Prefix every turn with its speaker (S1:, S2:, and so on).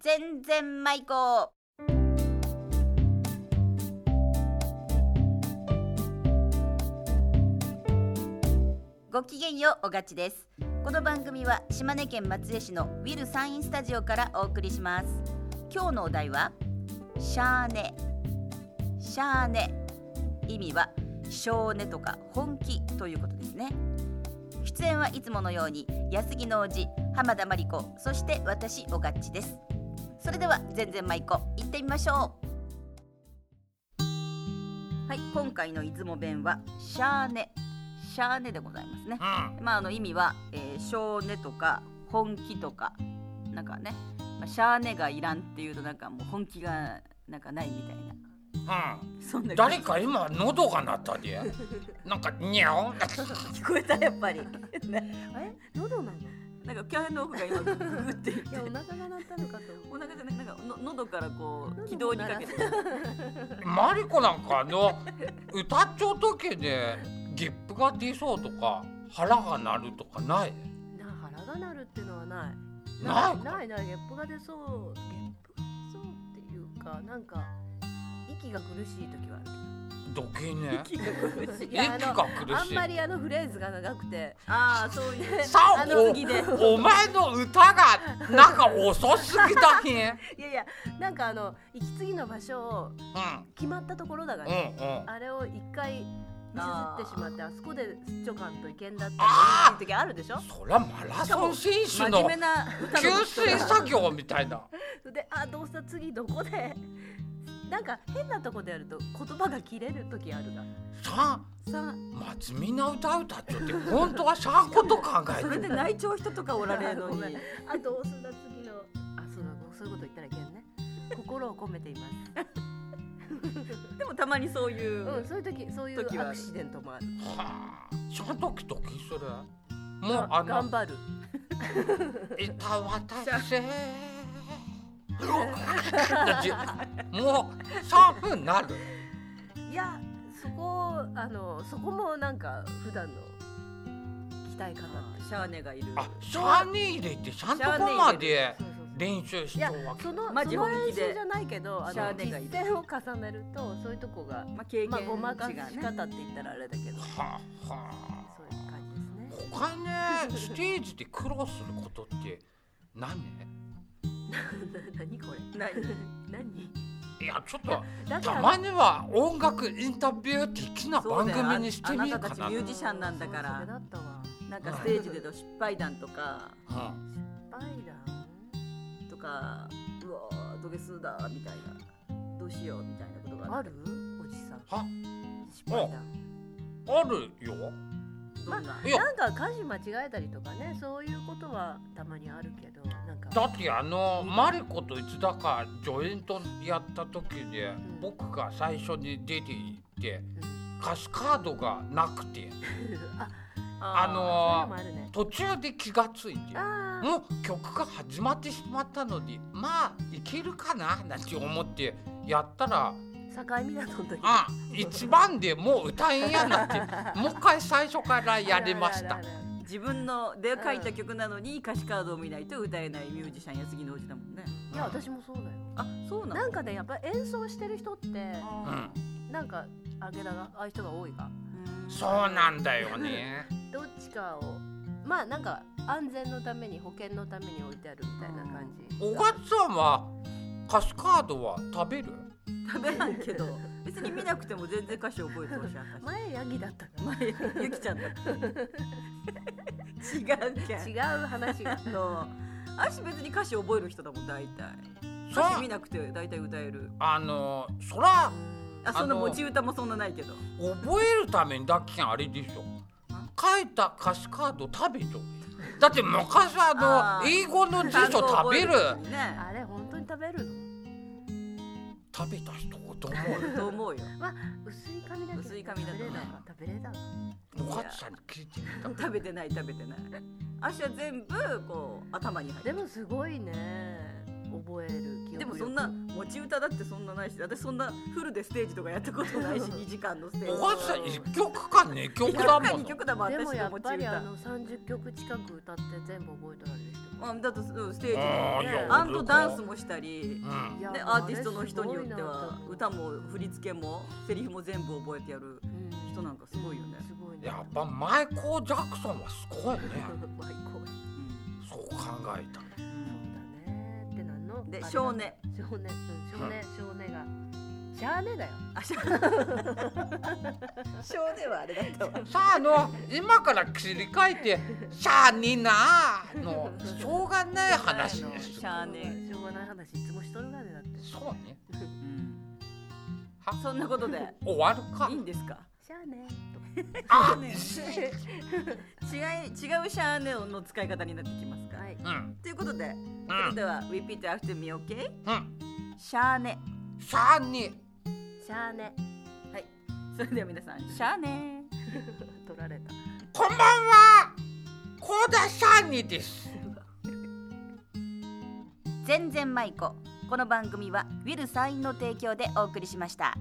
S1: 全然舞子ごきげんようおがちですこの番組は島根県松江市のウィルサインスタジオからお送りします今日のお題はシャーネシャーネ意味は性根とか本気ということですね出演はいつものように安木のおじ浜田真理子そして私おがっちですそれでは全然舞子行ってみましょうはい今回の出雲弁はシャーネシャーネでございますね
S2: うん
S1: まああの意味は、えー、性根とか本気とかなんかね、まあ、シャーネがいらんっていうとなんかもう本気がなんかないみたいな
S2: うん
S1: そんな感じ
S2: 誰か今喉が鳴ったでなんかにゃおん
S1: 聞こえたやっぱり ね
S3: え喉なのい
S1: なんかキャンの奥が今グーって言って
S3: やお腹が鳴ったのかと思
S1: お腹じゃなくなんかの喉からこう
S3: う
S1: 気道にかけて
S2: マリコなんかあの歌っちゃう時でゲップが出そうとか腹が鳴るとかない
S3: な腹が鳴るってのはない
S2: ない
S3: なないないゲップが出そうゲップが出そうっていうかなんか息が苦しい時はあ
S2: 時計ね
S1: 息が苦 しい
S3: るい
S2: 息
S3: や
S2: が
S3: あのあ
S2: 苦
S3: ん
S2: しい
S3: まりあのフレーズが長くて
S1: ああそういう
S2: さ
S1: あ
S2: あ
S1: の次で
S2: おお前の歌がなんか遅すぎだね
S3: いやいやなんかあの息継ぎの場所を
S2: う
S3: 決まったところだから、
S2: んうん
S3: ね
S2: うん
S3: あれを一回ミスってしまってあそこですっちょかんといけんだったり
S2: あー
S3: っていう時あるでしょ
S2: そりゃマラソン選手
S1: 真面
S2: の
S1: 目な歌
S2: 給
S1: の
S2: 水作業みたいな
S3: であどうした次どこで なんか変なとこでやると言葉が切れる時あるが
S2: さあ
S3: さ
S2: 松見な歌歌っちゃって本当はシャーこと考え
S1: そ
S2: て
S1: れ
S2: る
S1: で内調人とかおられるの
S3: ごめ
S1: に
S3: んああどうすんだ次のあそうだそういうこと言ったらいけんね心を込めていま
S1: でもたまにそうい
S3: す
S1: う、
S3: うんそういう時そういう
S1: 時はあ
S3: ア
S1: る
S3: クシデントもある
S2: はあちゃんとドキするもう
S3: が
S2: あ
S3: 頑
S2: の
S3: 張る
S2: いたわた せもう3分なる
S3: いやそこあのそこもなんか普段の鍛
S1: あ
S3: え方って
S1: ーシャーネがいる
S2: あシャーネ入れてちゃんとここまで
S3: そうそうそう
S2: 練習し
S3: い
S2: ちゃ
S3: や
S2: うわけ
S3: その
S1: マジ
S3: その
S1: 本気で
S3: 練習じゃないけどあ
S1: シャー
S3: の
S1: ネがいる
S3: 実践を重ねるとそういうとこが
S1: まあ、経験
S3: まあ
S1: 値
S3: ごまか
S1: が
S3: し
S1: ね、
S3: 方って言ったらあれだけど
S2: はあは
S3: そういう感じですね
S2: あ他 ねステージで苦労することって何
S3: な 何これ
S1: ない
S3: 何
S2: いやちょっと
S3: だ
S2: た
S3: から
S2: まには音楽インタビュー的な
S1: そう
S2: 番
S1: だよ
S2: 組にしてみ
S1: あ
S2: る
S1: なたた
S2: か
S1: ち
S2: な
S1: ミュージシャンなんだから
S3: そうそれだったわ
S1: なんかステージでの失敗談とか
S2: うん
S3: バイラン
S1: とかうわー土下座だみたいなどうしようみたいなことがあ
S3: あ
S1: る
S3: るおじさん
S2: は
S3: 失敗談
S2: あるよ
S1: どんな、
S2: いや
S3: なんか歌詞間違えたりとかねそういうことはたまにあるけどなんか
S2: だってあのマリコといつだかジョイントやった時で
S3: ん
S2: 僕が最初に出て行って
S3: うん
S2: 歌詞カードがなくて
S3: あ
S2: あ
S3: そういうの
S2: のー
S3: もあるね
S2: 途中で気がついて
S3: あー
S2: もう曲が始まってしまったのにまあいけるかななんて思ってやったら
S3: 境港の時
S2: あ一番でもう歌えんやな ってもう一回最初からやりました
S3: あるあるある
S1: 自分ので書いた曲なのに歌詞カードを見ないと歌えないミュージシャン安木のおじだもんね
S3: あるいや私もそうだよ
S1: あそうなの
S3: なんかねやっぱ演奏してる人って
S2: うん
S3: なんかあげだがああいう人が多いが
S1: うん
S2: そうなんだよね
S3: どっちかをまあなんか安全のために保険のために置いてあるみたいな感じ、
S2: 小勝さんは歌詞カードは食べる
S1: 食べないけど別に見なくても全然歌詞覚えてほしい私
S3: 前ヤギだった か
S1: 前ゆきちゃんだった 違うけ
S3: ら違
S1: ん
S3: う 話が
S1: あの私別に歌詞覚える人だもん大体
S2: そう
S1: 歌詞見なくて大体歌える
S2: あのそら
S1: あそんな持ち歌もそんなないけど
S2: 覚えるためにだっけんあれでしょ書いた歌詞カード食べちょだって昔あ
S1: あー
S2: の英語の辞書食べる
S1: 単語覚え時にね
S3: あれ本当に食べるの
S2: 食べた人と思
S1: と思うよ
S3: 薄い髪だけど
S1: 薄い髪だと
S3: 食べ
S1: ね
S3: れたか食べれたか
S2: う小勝さんに聞いてみた
S1: 食べてない食べてない足は全部こう頭に入
S3: で
S1: る
S3: もすごいね覚える記憶
S1: でも
S3: 力
S1: そんな持ち歌だってそんなないし私そんなフルでステージとかやったことないし2時間のステージ
S2: 小勝さん一曲か二曲だも
S1: 2
S2: の
S1: 曲だもん
S3: で
S1: 私
S3: もや
S1: の
S3: っ
S1: 持
S3: ぱ
S1: ち
S3: りあ
S1: 歌
S3: の30曲近く歌って全部覚えとられる人も
S1: うんだとうんステージ
S2: あ
S1: も
S2: ーいや
S1: アンドダンスもしたり
S2: うん
S3: いや
S1: で
S3: もう
S1: ア
S3: あ
S1: ーティストの人によっては歌
S3: も、
S1: も振り付けもセリフも全部覚えてやる
S3: うん
S1: 人なんかすごいよね、
S3: すごいね
S2: やっぱマイコー・ジャクソンはすごいね
S3: マイコー
S1: うん
S2: そう考えたら
S3: そうだねってなんの
S1: で
S3: あれだ
S1: 少年
S3: 少年うん少年少年がシャーネだよ
S1: あ しゃ少年はあれだ ったわ
S2: さああの今から切り替えて「シャーニナー」のしょうがない話です
S1: シャーネ
S3: しょうがない話いつもしとるがねだって
S2: そうね
S1: うん
S2: は
S1: そんなことで
S2: 終わるか
S1: いいんですか
S3: シャーネとか
S2: あ
S1: ね
S2: う
S1: 違い違うシャーネオの使い方になってきますか、
S3: はい
S2: ん
S1: ということで、
S2: う
S1: それ
S2: ん
S1: では repeat after me OK
S2: うん
S1: シャーネ
S2: シャーニ
S3: シャーネ
S1: はいそれでは皆さんシャーネ
S3: 取られた
S2: こんばんはコーダシャーニです
S4: 全然舞子この番組はウィルサインの提供でお送りしました